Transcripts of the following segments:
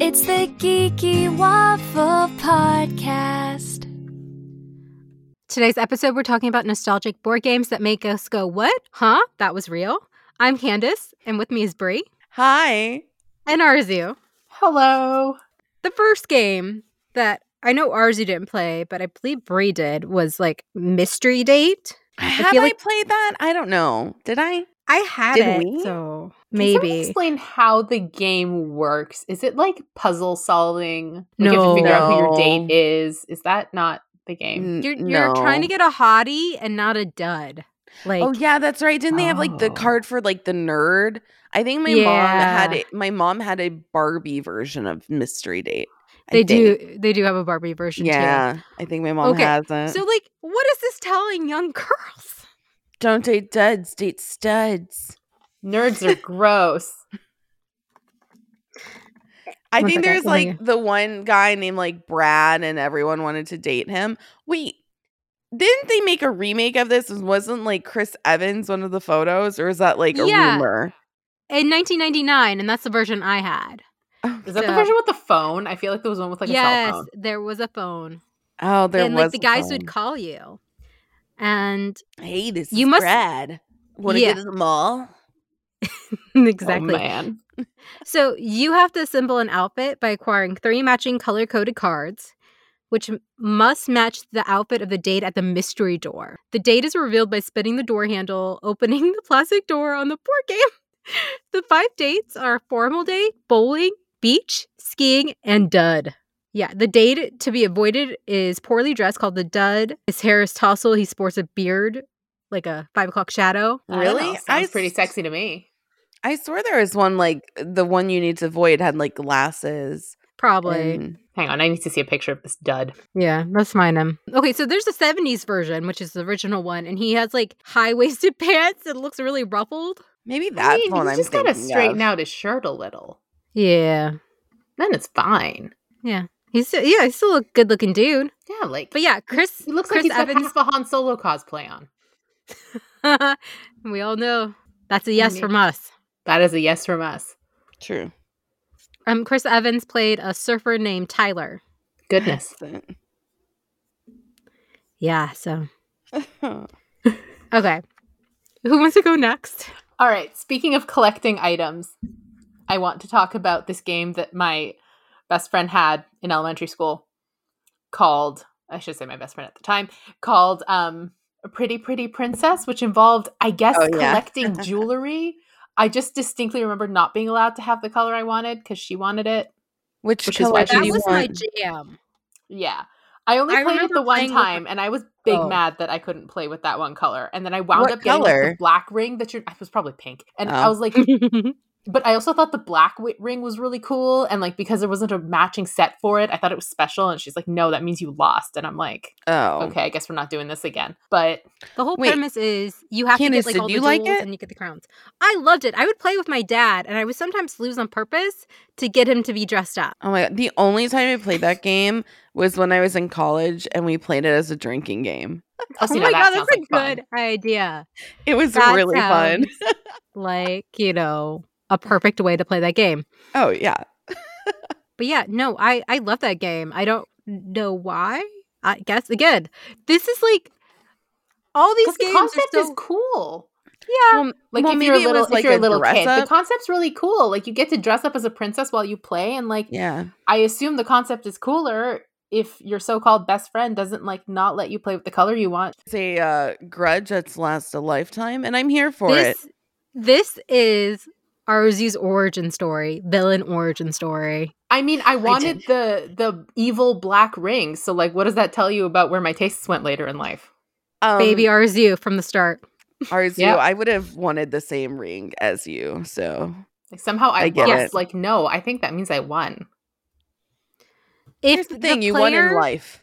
It's the Geeky Waffle Podcast. Today's episode, we're talking about nostalgic board games that make us go, What? Huh? That was real. I'm Candace, and with me is Brie Hi. and Arzu. Hello. The first game that I know Arzu didn't play, but I believe Brie did was like Mystery Date. Have I, feel like- played that? I don't know. Did I? I had Did it, we? so Can someone maybe. explain how the game works. Is it like puzzle solving? Like you have No. to figure out who your No. date is. Is that not the game? N- You're, you're trying to no. get a hottie and not a dud. Like, oh yeah, that's right. Didn't they have like the Oh. card for like the nerd? I think my mom had Yeah. it. My mom had a Barbie version of Mystery Date. I they do. think. They do have a Barbie version Yeah, I think my mom Okay, has too. it. So, like, what is this telling young girls? don't date duds, date studs. Nerds are gross. I One think second, there's let me- like the one guy named like Brad, and everyone wanted to date him. Wait, didn't they make a remake of this? Wasn't like Chris Evans one of the photos, or is that like a Yeah. rumor? In 1999, and that's the version I had. Is that the Yeah. version with the phone? I feel like there was one with like a yes, cell phone. Oh, there was a phone, Oh, there and was like the guys some. would call you, and Hey, this You is must- Brad. Want to Yeah. get to the mall? exactly. Oh, man. so you have to assemble an outfit by acquiring three matching color-coded cards, which m- must match the outfit of the date at the mystery door. The date is revealed by spinning the door handle, opening the plastic door on the board game. the five dates are formal date, bowling, beach, skiing, and dud. Yeah, the date to be avoided is poorly dressed, called the dud. His hair is tousled. He sports a beard, like a five o'clock shadow. I don't know. Really? Sounds I pretty s- sexy to me. I swear there was one like the one you need to avoid had like glasses. Probably. and- Hang on, I need to see a picture of this dud. Yeah, let's mine him. Okay, so there's the 70s version, which is the original one, and he has like high waisted pants and looks really ruffled. maybe that's I mean, one he's I'm just gotta thinking straighten of. out his shirt a little. Yeah. Then it's fine. He's still, yeah, he's still a good looking dude. Yeah, like But yeah, Chris he looks Chris like he's Evans. got half a Han Solo cosplay on. we all know that's a yes Mhm. from us. That is a yes from us. True. Um Chris Evans played a surfer named Tyler. Goodness. Yeah, so okay. Who wants to go next? All right. Speaking of collecting items, I want to talk about this game that my best friend had in elementary school called, I should say my best friend at the time, called um, A Pretty Pretty Princess, which involved, I guess, Oh, yeah. collecting jewelry. I just distinctly remember not being allowed to have the color I wanted because she wanted it. Which, Which is color why do That she you was my want? jam. Yeah. I only I played it remember the one playing with her- time, and I was big Oh. mad that I couldn't play with that one color. And then I wound What up getting like, color? the black ring that you're. I was probably pink, and I Oh. was like, but I also thought the black wi- ring was really cool, and like because there wasn't a matching set for it, I thought it was special. And she's like, "No, that means you lost." And I'm like, oh, "Okay, I guess we're not doing this again." But The whole Wait. premise is you have Candace, to did get like all the you like jewels it? and you get the crowns. I loved it. I would play with my dad, and I would sometimes lose on purpose to get him to be dressed up. Oh my god! The only time I played that game was when I was in college, and we played it as a drinking game. oh, see, oh my now god, that that's a sounds like fun. good idea. It was That really fun. sounds like you know a perfect way to play that game. Oh yeah, But yeah, no, I I love that game. I don't know why. I guess again, this is like all these 'Cause the games are concept so is cool. yeah. Well, Um, well, Like if you're a maybe it little, was, if like, you're a a little dress kid, the up. concept's really cool. Like you get to dress up as a princess while you play, and like yeah. I assume the concept is cooler if your so-called best friend doesn't like not let you play with the color you want. It's a uh, grudge that's lasted a lifetime, and I'm here for it. this this is Arzu's origin story, villain origin story. I mean, I wanted the the evil black ring. So like what does that tell you about where my tastes went later in life? Um, Baby Arzu from the start. Arzu, Yeah. I would have wanted the same ring as you. So Like somehow I, I get lost. it. Like no, I think that means I won. If here's the thing: you won in player- life.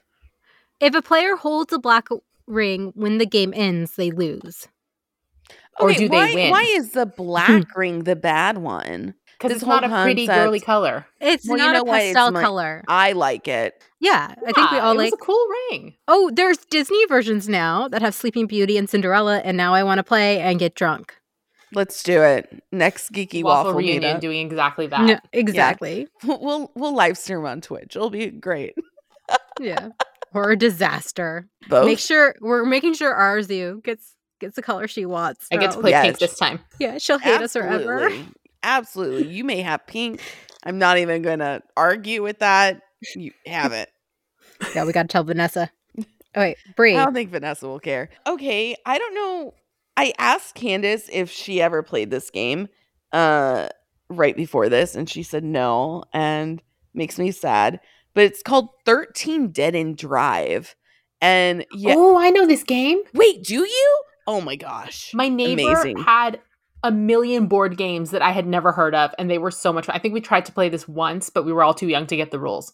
If a player holds a black ring when the game ends, they lose. Or Okay, do they why, win? Hmm. Why is the black ring the bad one? Because This it's not a whole pretty concept- girly color. It's Well, you not know a what? It's pastel my- color. I like it. yeah, I think we Yeah, all it was like. a cool ring. oh, there's Disney versions now that have Sleeping Beauty and Cinderella, and now I want to play and get drunk. Let's do it. Next geeky waffle, reunion meetup. doing exactly that. No, exactly. We'll we'll live stream on Twitch. It'll be great. Yeah. Or a disaster. Both. Make sure we're making sure Arzu gets gets the color she wants. I throughout. get to play Yes. pink this time. Yeah, she'll hate us forever. Absolutely. Absolutely. You may have pink. I'm not even going to argue with that. You have it. Yeah, we gotta tell Vanessa. Oh wait, Bree. I don't think Vanessa will care. Okay, I don't know. I asked Candace if she ever played this game uh right before this and she said no and makes me sad. But it's called 13 Dead and Drive. And yeah, Oh, I know this game. wait, do you? Oh my gosh. My neighbor Amazing. had a million board games that I had never heard of, and they were so much fun. I think we tried to play this once, but we were all too young to get the rules.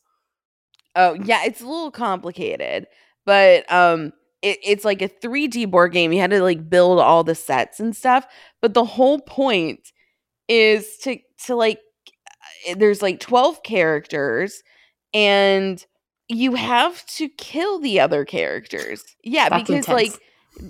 Oh yeah, it's a little complicated, but um, it, it's like a 3D board game. You had to like build all the sets and stuff. But the whole point is to to like uh, there's like 12 characters, and you have to kill the other characters. Yeah, That's because intense.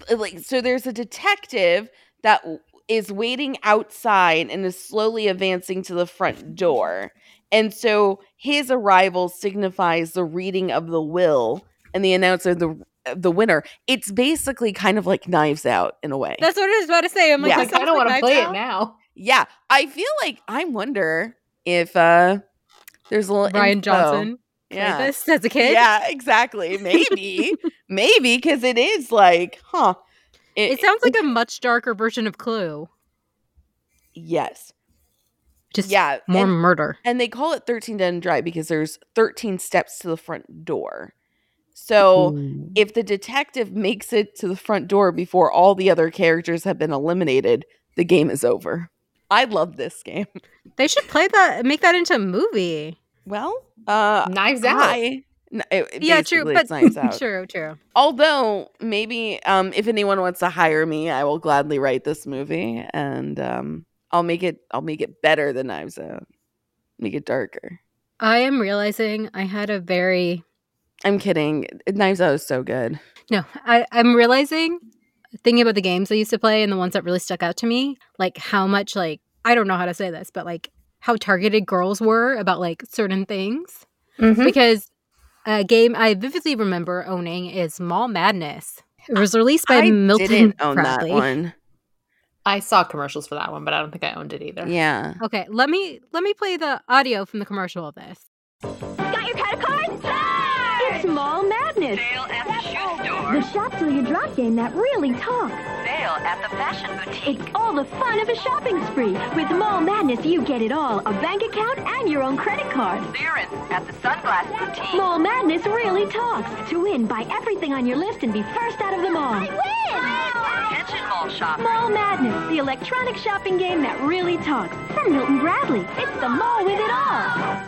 like like so there's a detective that w- is waiting outside and is slowly advancing to the front door and so his arrival signifies the reading of the will and the announcer of the of the winner it's basically kind of like knives out in a way That's what I was about to say. I'm like, Yeah. this like, sounds I don't like want to Knives play Out. it now. yeah i feel like i wonder if uh there's a little Ryan info. Johnson played yeah this as a kid. yeah exactly maybe maybe because it is like huh It sounds like a much darker version of Clue. yes Just yeah more and- murder. And they call it 13 dead and dry because there's 13 steps to the front door. So if the detective makes it to the front door before all the other characters have been eliminated, the game is over. I love this game. They should play that make that into a movie. Well, uh Knives Out. I n- it- it yeah, true, basically but it's Knives Out. true, true. Although maybe um if anyone wants to hire me, I will gladly write this movie and um I'll make it I'll make it better than Knives Out. Make it darker. I am realizing I had a very I'm kidding. Knives Out is so good. No, I, I'm realizing thinking about the games I used to play and the ones that really stuck out to me, like how much like I don't know how to say this, but like how targeted girls were about like certain things. Mm-hmm. Hmm? Because a game I vividly remember owning is Mall Madness. It was released by I Milton didn't own Bradley. that one. I saw commercials for that one, but I don't think I owned it either. Yeah. Okay, let me let me play the audio from the commercial of this. Got your credit card? It's mall madness. Sale at the shoe The store. shop till you drop game that really talks. Sale at the fashion boutique. It's all the fun of a shopping spree. With mall madness, you get it all: a bank account and your own credit card. Clearance at the sunglass boutique. Mall madness really talks. To win, buy everything on your list and be first out of the mall. Attention mall shop. Mall Madness, the electronic shopping game that really talks. From Milton Bradley, it's the mall with it all.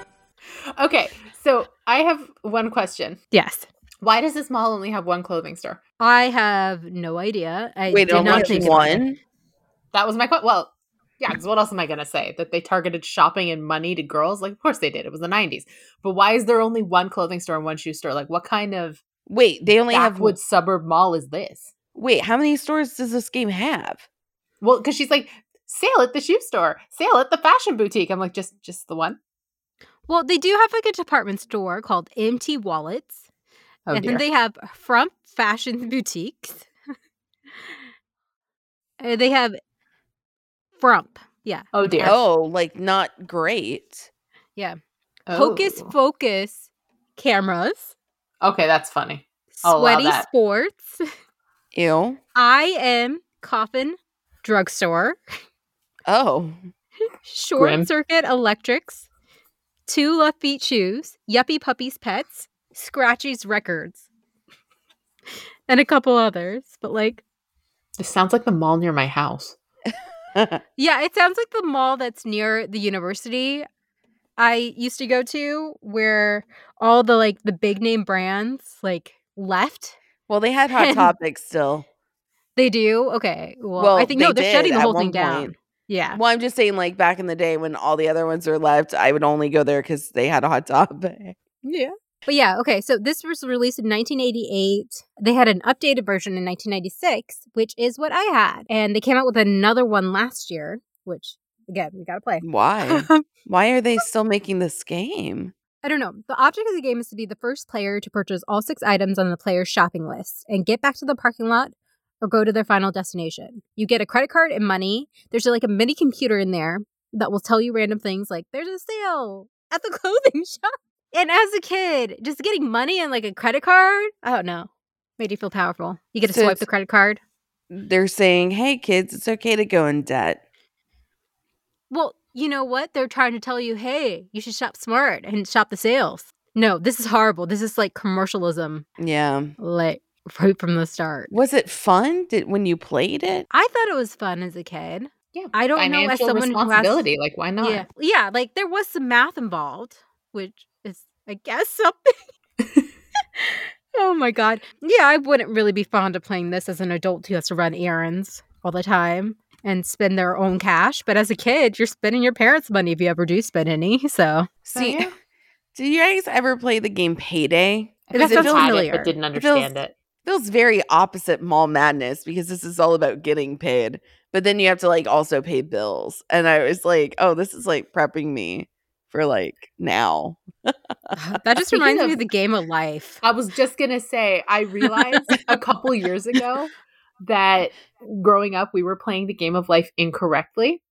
Okay, so I have one question. Yes. Why does this mall only have one clothing store? I have no idea. I Wait, did only not think about it. one? That was my question. Well, yeah, because what else am I going to say? That they targeted shopping and money to girls? Like, of course they did. It was the 90s. But why is there only one clothing store and one shoe store? Like, what kind of Wait, they only have backwoods suburb mall is this? Wait, how many stores does this game have? Well, because she's like, sale at the shoe store, sale at the fashion boutique. I'm like, just just the one? Well, they do have like a department store called MT Wallets. Oh, and dear. then they have from fashion boutiques. Uh, they have Frump. Yeah. oh, dear. Oh, like not great. Hocus Oh. Focus cameras. Okay, that's funny. I'll allow Sweaty that. Sports. Ew. I am Coffin Drugstore. Oh. Short Grim. Circuit Electrics. Two Left Feet Shoes. Yuppie Puppies Pets. Scratchy's Records. And a couple others. But like This sounds like the mall near my house. Yeah, it sounds like the mall that's near the university I used to go to where all the like the big name brands like left. well, they had hot topics still. They do. Okay. Well, Well, I think no, they they're shutting did the at whole one thing down. point. Yeah. Well, I'm just saying like back in the day when all the other ones were left, I would only go there cuz they had a hot topic. Yeah. But yeah, okay. So this was released in 1988. They had an updated version in 1996, which is what I had. And they came out with another one last year, which again, we got to play. Why? Why are they still making this game? I don't know. The object of the game is to be the first player to purchase all six items on the player's shopping list and get back to the parking lot or go to their final destination. You get a credit card and money. There's like a mini computer in there that will tell you random things like there's a sale at the clothing shop. And as a kid, just getting money and like a credit card, I don't know, made you feel powerful. You get to So swipe it's- the credit card. They're saying, "Hey kids, it's okay to go in debt." Well, you know what? They're trying to tell you, hey, you should shop smart and shop the sales. No, this is horrible. This is like commercialism, Yeah. like right from the start. Was it fun? Did when you played it? I thought it was fun as a kid. Yeah, I don't know as Financial someone who has responsibility. like, why not? yeah, yeah, like there was some math involved, which is I guess something. oh my god, yeah, I wouldn't really be fond of playing this as an adult who has to run errands all the time and spend their own cash. But as a kid, you're spending your parents' money if you ever do spend any. So See, yeah. did you guys ever play the game Payday? I That think sounds I had it, familiar. but didn't It feels- understand it. feels very opposite mall madness because this is all about getting paid but then you have to like also pay bills and i was like oh this is like prepping me for like now that just Speaking reminds me of- of the game of life. I was just gonna say, I realized a couple years ago that growing up we were playing the game of life incorrectly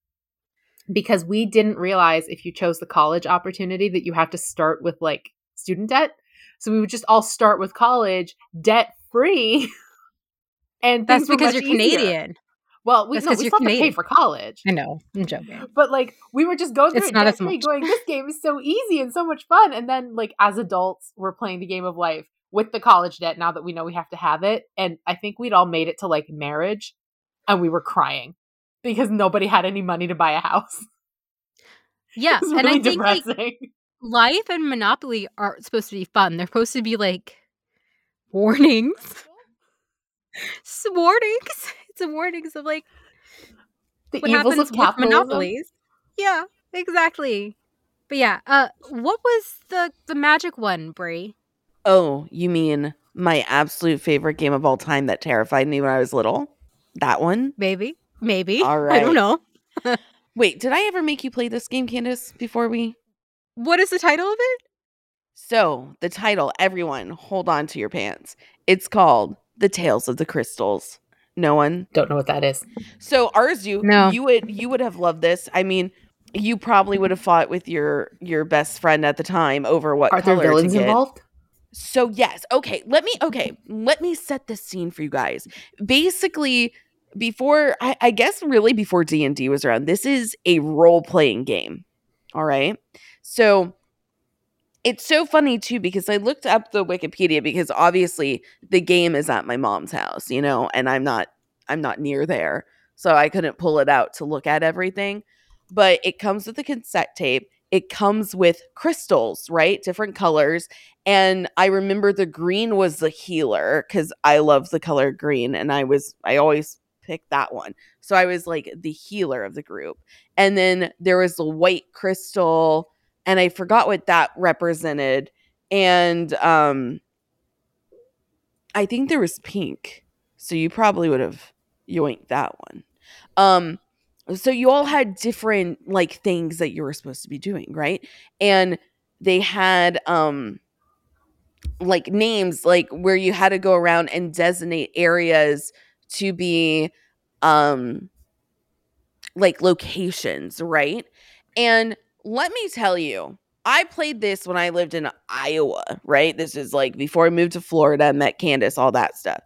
because we didn't realize if you chose the college opportunity that you have to start with like student debt. So we would just all start with college debt free. And That's things were because you're much easier. Canadian. Well, we, That's no, 'cause we you're still have to pay Canadian. for college. I know. I'm joking. But like we were just going through It's it not as debt-free, much. going, this game is so easy and so much fun. And then like as adults, we're playing the game of life with the college debt now that we know we have to have it. And I think we'd all made it to like marriage and we were crying because nobody had any money to buy a house. Yeah, It was and really I think like depressing. life and Monopoly aren't supposed to be fun. They're supposed to be like warnings. S- warnings. It's a warnings of like the what evils happens of with capitalism. monopolies. Yeah, exactly. But yeah, uh what was the the magic one, Brie? oh you mean my absolute favorite game of all time that terrified me when i was little that one Maybe. Maybe. All I right. don't know. wait did i ever make you play this game candace before we What is the title of it? so the title everyone hold on to your pants it's called the tales of the crystals no one Don't know what that is. So Arzu, No. you would you would have loved this. I mean, you probably would have fought with your your best friend at the time over what Are there color to villains get. involved? So yes, okay. Let me okay. Let me set the scene for you guys. Basically, before I, I guess really before D and D was around, this is a role playing game. All right. So it's so funny too because I looked up the Wikipedia because obviously the game is at my mom's house, you know, and I'm not I'm not near there, so I couldn't pull it out to look at everything. But it comes with a cassette tape. It comes with crystals, right? Different colors. And I remember the green was the healer because I love the color green and I was, I always picked that one. So I was like the healer of the group. And then there was the white crystal and I forgot what that represented. And um I think there was pink. So you probably would have yoinked that one. Um so you all had different like things that you were supposed to be doing, right? And they had um like names like where you had to go around and designate areas to be um like locations right and let me tell you i played this when i lived in iowa right this is like before i moved to florida met candace all that stuff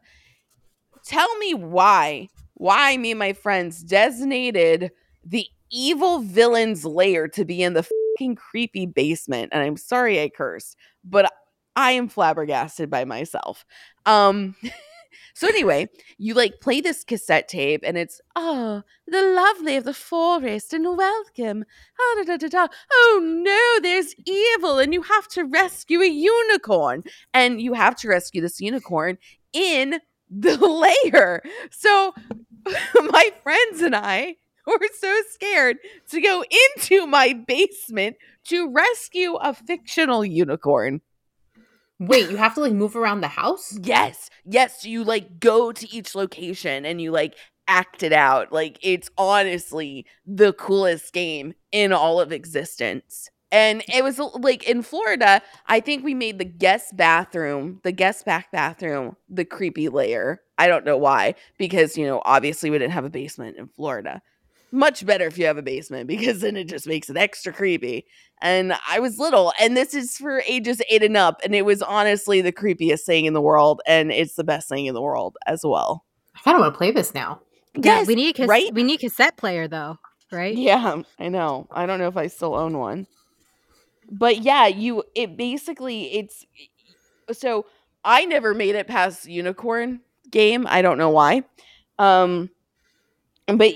tell me why why me and my friends designated the evil villain's lair to be in the fucking creepy basement and i'm sorry i cursed but I am flabbergasted by myself. Um so anyway, you like play this cassette tape and it's oh the lovely of the forest and welcome. Ah, da, da, da, da. Oh no, there's evil and you have to rescue a unicorn. And you have to rescue this unicorn in the layer. So my friends and I were so scared to go into my basement to rescue a fictional unicorn. Wait, you have to like move around the house? Yes. Yes. You like go to each location and you like act it out. Like it's honestly the coolest game in all of existence. And it was like in Florida, I think we made the guest bathroom, the guest back bathroom, the creepy layer. I don't know why, because, you know, obviously we didn't have a basement in Florida. Much better if you have a basement because then it just makes it extra creepy. And I was little, and this is for ages eight and up. And it was honestly the creepiest thing in the world. And it's the best thing in the world as well. I kind of want to play this now. yeah, we need a cas- right? we need a cassette player though, right? Yeah, I know. I don't know if I still own one. But yeah, you it basically it's so I never made it past unicorn game. I don't know why. Um but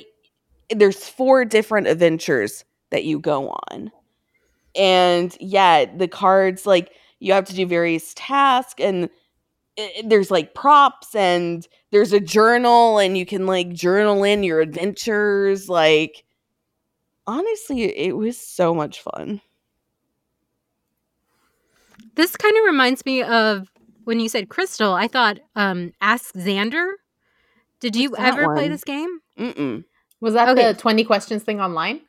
there's four different adventures that you go on. And yeah, the cards like you have to do various tasks and i- there's like props and there's a journal and you can like journal in your adventures like honestly, it was so much fun. This kind of reminds me of when you said Crystal. I thought um Ask Xander. Did you What's that ever play one? this game? Mm-mm. Was that Okay. the 20 questions thing online?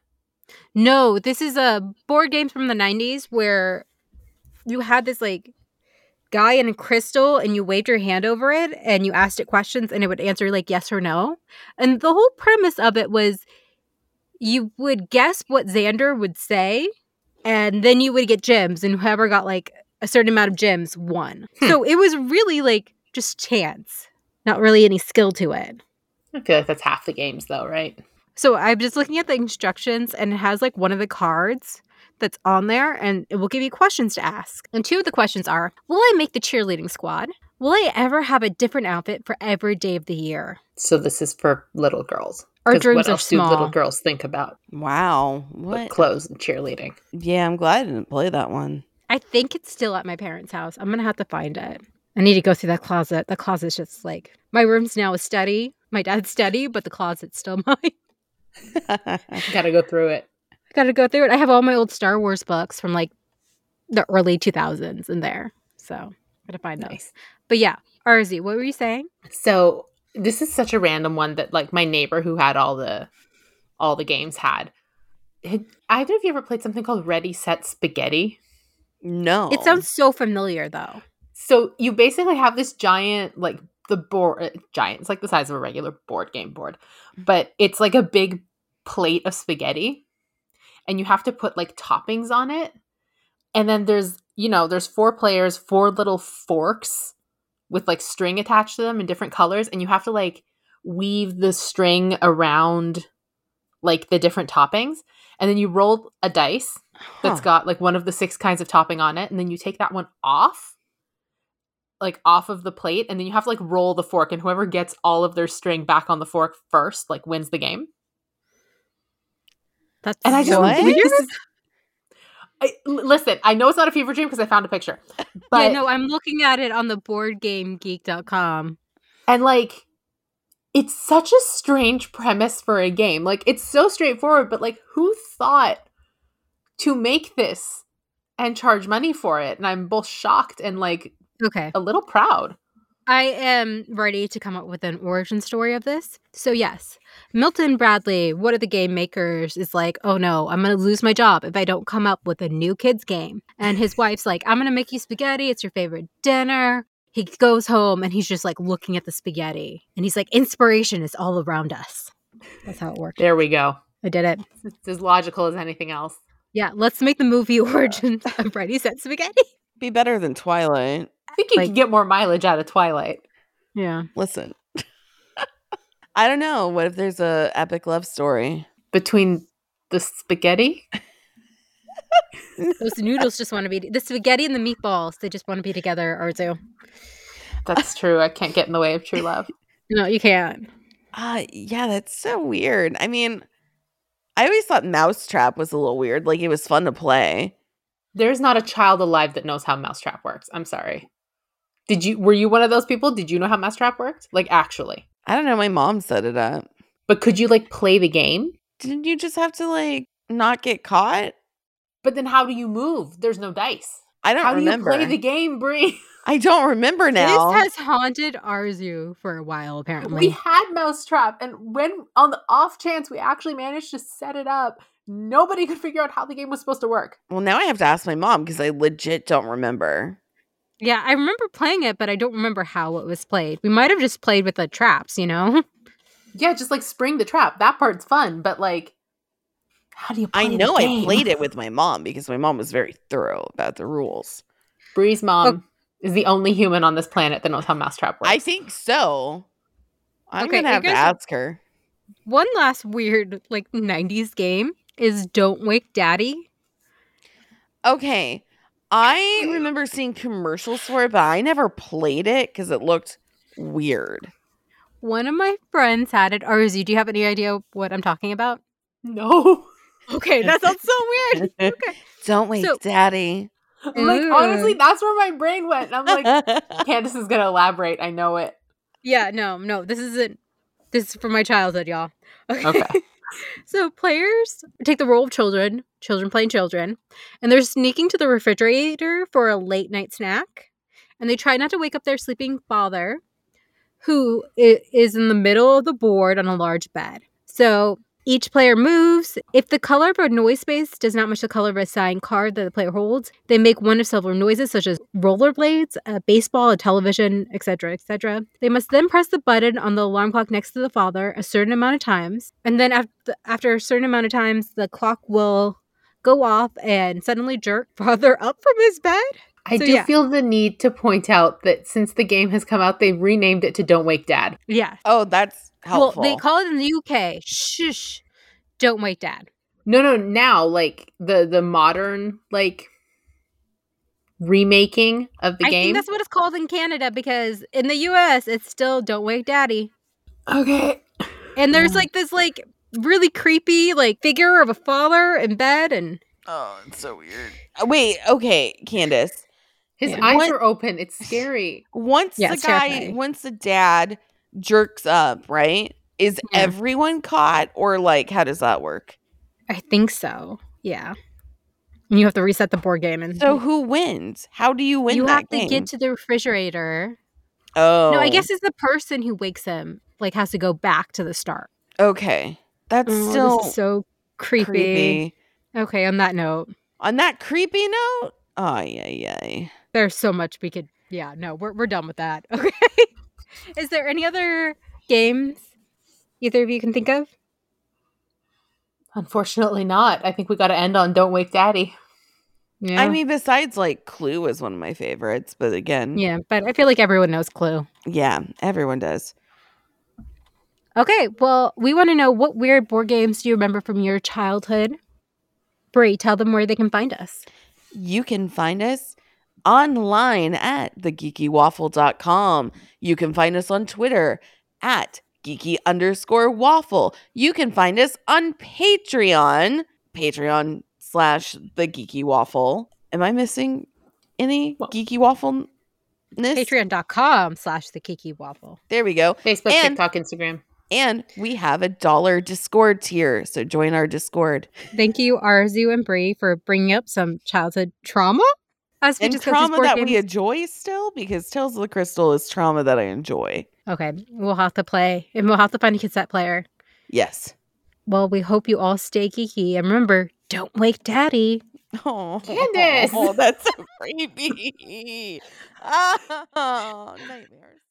No, this is a board game from the 90s where you had this like guy in a crystal and you waved your hand over it and you asked it questions and it would answer like yes or no. And the whole premise of it was you would guess what Xander would say and then you would get gems and whoever got like a certain amount of gems won. So it was really like just chance, not really any skill to it. I feel like that's half the games though, right? So I'm just looking at the instructions and it has like one of the cards that's on there and it will give you questions to ask. And two of the questions are Will I make the cheerleading squad? Will I ever have a different outfit for every day of the year? So this is for little girls. Our 'Cause dreams what are else do little small. girls think about Wow. but What? clothes and cheerleading? yeah, I'm glad I didn't play that one. I think it's still at my parents' house. I'm going to have to find it. I need to go through that closet. The closet's just like my room's now a study, my dad's study, but the closet's still mine. I Gotta go through it. got to go through it. I have all my old Star Wars books from like the early 2000s in there. So I'm going to find those. Nice. But yeah, Arzi, what were you saying? So this is such a random one that like my neighbor who had all the all the games had. Had either of you ever played something called Ready Set Spaghetti? no. Oh. It sounds so familiar though. So you basically have this giant like the board uh, giant. It's like the size of a regular board game board, but it's like a big plate of spaghetti, and you have to put like toppings on it. And then there's you know there's four players, four little forks with like string attached to them in different colors, and you have to like weave the string around like the different toppings, and then you roll a dice that's Huh. got like one of the six kinds of topping on it and then you take that one off like off of the plate and then you have to like roll the fork and whoever gets all of their string back on the fork first like wins the game That's and i just so What? weird. this is- I, l- listen i know it's not a fever dream because i found a picture but yeah, no, I'm looking at it on the boardgamegeek.com. And like, it's such a strange premise for a game. Like, it's so straightforward, but like, who thought to make this and charge money for it? And I'm both shocked and like Okay. a little proud. I am ready to come up with an origin story of this. So yes, Milton Bradley, one of the game makers, is like, "Oh no, I'm going to lose my job if I don't come up with a new kids game." And his wife's like, "I'm going to make you spaghetti. It's your favorite dinner." He goes home and he's just like looking at the spaghetti, and he's like, "Inspiration is all around us." That's how it worked. There we go. I did it. It's as logical as anything else. Yeah, let's make the movie origin of Ready Set Spaghetti. be better than Twilight. I think you Like- can get more mileage out of Twilight. Yeah. Listen. I don't know. What if there's a epic love story? Between the spaghetti? Those noodles just want to be the spaghetti and the meatballs, they just want to be together, Arzu. That's true. I can't get in the way of true love. No, you can't. Uh yeah, that's so weird. I mean, I always thought Mousetrap was a little weird. Like it was fun to play. There's not a child alive that knows how mousetrap works. I'm sorry. Did you were you one of those people? Did you know how mousetrap worked? Like actually. I don't know. My mom set it up. But could you like play the game? Didn't you just have to like not get caught? But then how do you move? There's no dice. I don't How do you remember. play the game, Bree? I don't remember now. This has haunted our zoo for a while, apparently. We had Mousetrap, and when on the off chance we actually managed to set it up, nobody could figure out how the game was supposed to work. well, now I have to ask my mom because I legit don't remember. yeah, I remember playing it, but I don't remember how it was played. We might have just played with the traps, you know? Yeah, just like spring the trap. That part's fun, but like, how do you? Play I the know I game? played it with my mom because my mom was very thorough about the rules. Bree's mom is the only human on this planet that knows how Mousetrap works. I think so. I'm Okay, gonna you have to guys are- ask her. One last weird, like, 90s game is Don't Wake Daddy. Okay. I remember seeing commercials for it, but I never played it because it looked weird. One of my friends had it. Arzu, do you have any idea what I'm talking about? no. Okay, that sounds so weird. Don't wait, So- daddy. like Ooh. honestly, that's where my brain went. And I'm like, Candace is gonna elaborate. I know it. Yeah, no, no, this isn't. This is from my childhood, y'all. Okay. So players take the role of children, children playing children, and they're sneaking to the refrigerator for a late night snack, and they try not to wake up their sleeping father, who i- is in the middle of the board on a large bed. So each player moves. If the color of a noise space does not match the color of a assigned card that the player holds, they make one of several noises, such as rollerblades, a baseball, a television, etc., etc. They must then press the button on the alarm clock next to the father a certain amount of times, and then after, after a certain amount of times, the clock will go off and suddenly jerk father up from his bed. I So, do yeah. feel the need to point out that since the game has come out, they renamed it to Don't Wake Dad. Yeah. oh, that's helpful. Well, they call it in the UK. Shush. Don't wait, Dad. No, no, now like the the modern like remaking of the I game. think that's what it's called in Canada because in the US it's still Don't Wake Daddy. okay. And there's like this like really creepy like figure of a father in bed and oh, it's so weird. Uh, Wait, okay, Candace. His Yeah. eyes What- are open. It's scary. Once Yeah, the it's guy, terrifying. once the dad jerks up, right? Is Yeah. everyone caught or like how does that work? I think so. Yeah. And you have to reset the board game and So who wins? How do you win Mm-hmm. you that have to game? get to the refrigerator. oh, No, I guess it's the person who wakes him like has to go back to the start. Okay, that's Oh, still this is so creepy. creepy. Okay, on that note, On that creepy note, oh yeah, yeah. there's so much we could yeah, no, we're we're done with that. Okay. is there any other games either of you can think of? Unfortunately not. I think we gotta end on Don't Wake Daddy. Yeah. I mean, besides like Clue is one of my favorites, but again, yeah, Yeah, but I feel like everyone knows Clue. everyone does. Okay, well, we want to know what weird board games do you remember from your childhood? Brie, tell them where they can find us. You can find us online at thegeekywaffle.com. You can find us on Twitter at geeky underscore waffle. You can find us on Patreon, Patreon slash the geeky waffle. Am I missing any Well- geeky waffle? Patreon.com slash the Kiki Waffle. There we go. Facebook, And- TikTok, Instagram. And we have a dollar Discord tier. So join our Discord. Thank you, Arzu and Brie, for bringing up some childhood trauma as we and discuss these trauma board that games. we enjoy still, because Tales of the Crystal is trauma that I enjoy. okay, we'll have to play, and we'll have to find a cassette player. Yes. Well, we hope you all stay geeky, and remember, don't wake daddy. Oh, Candace! that's so creepy. Oh, nightmares.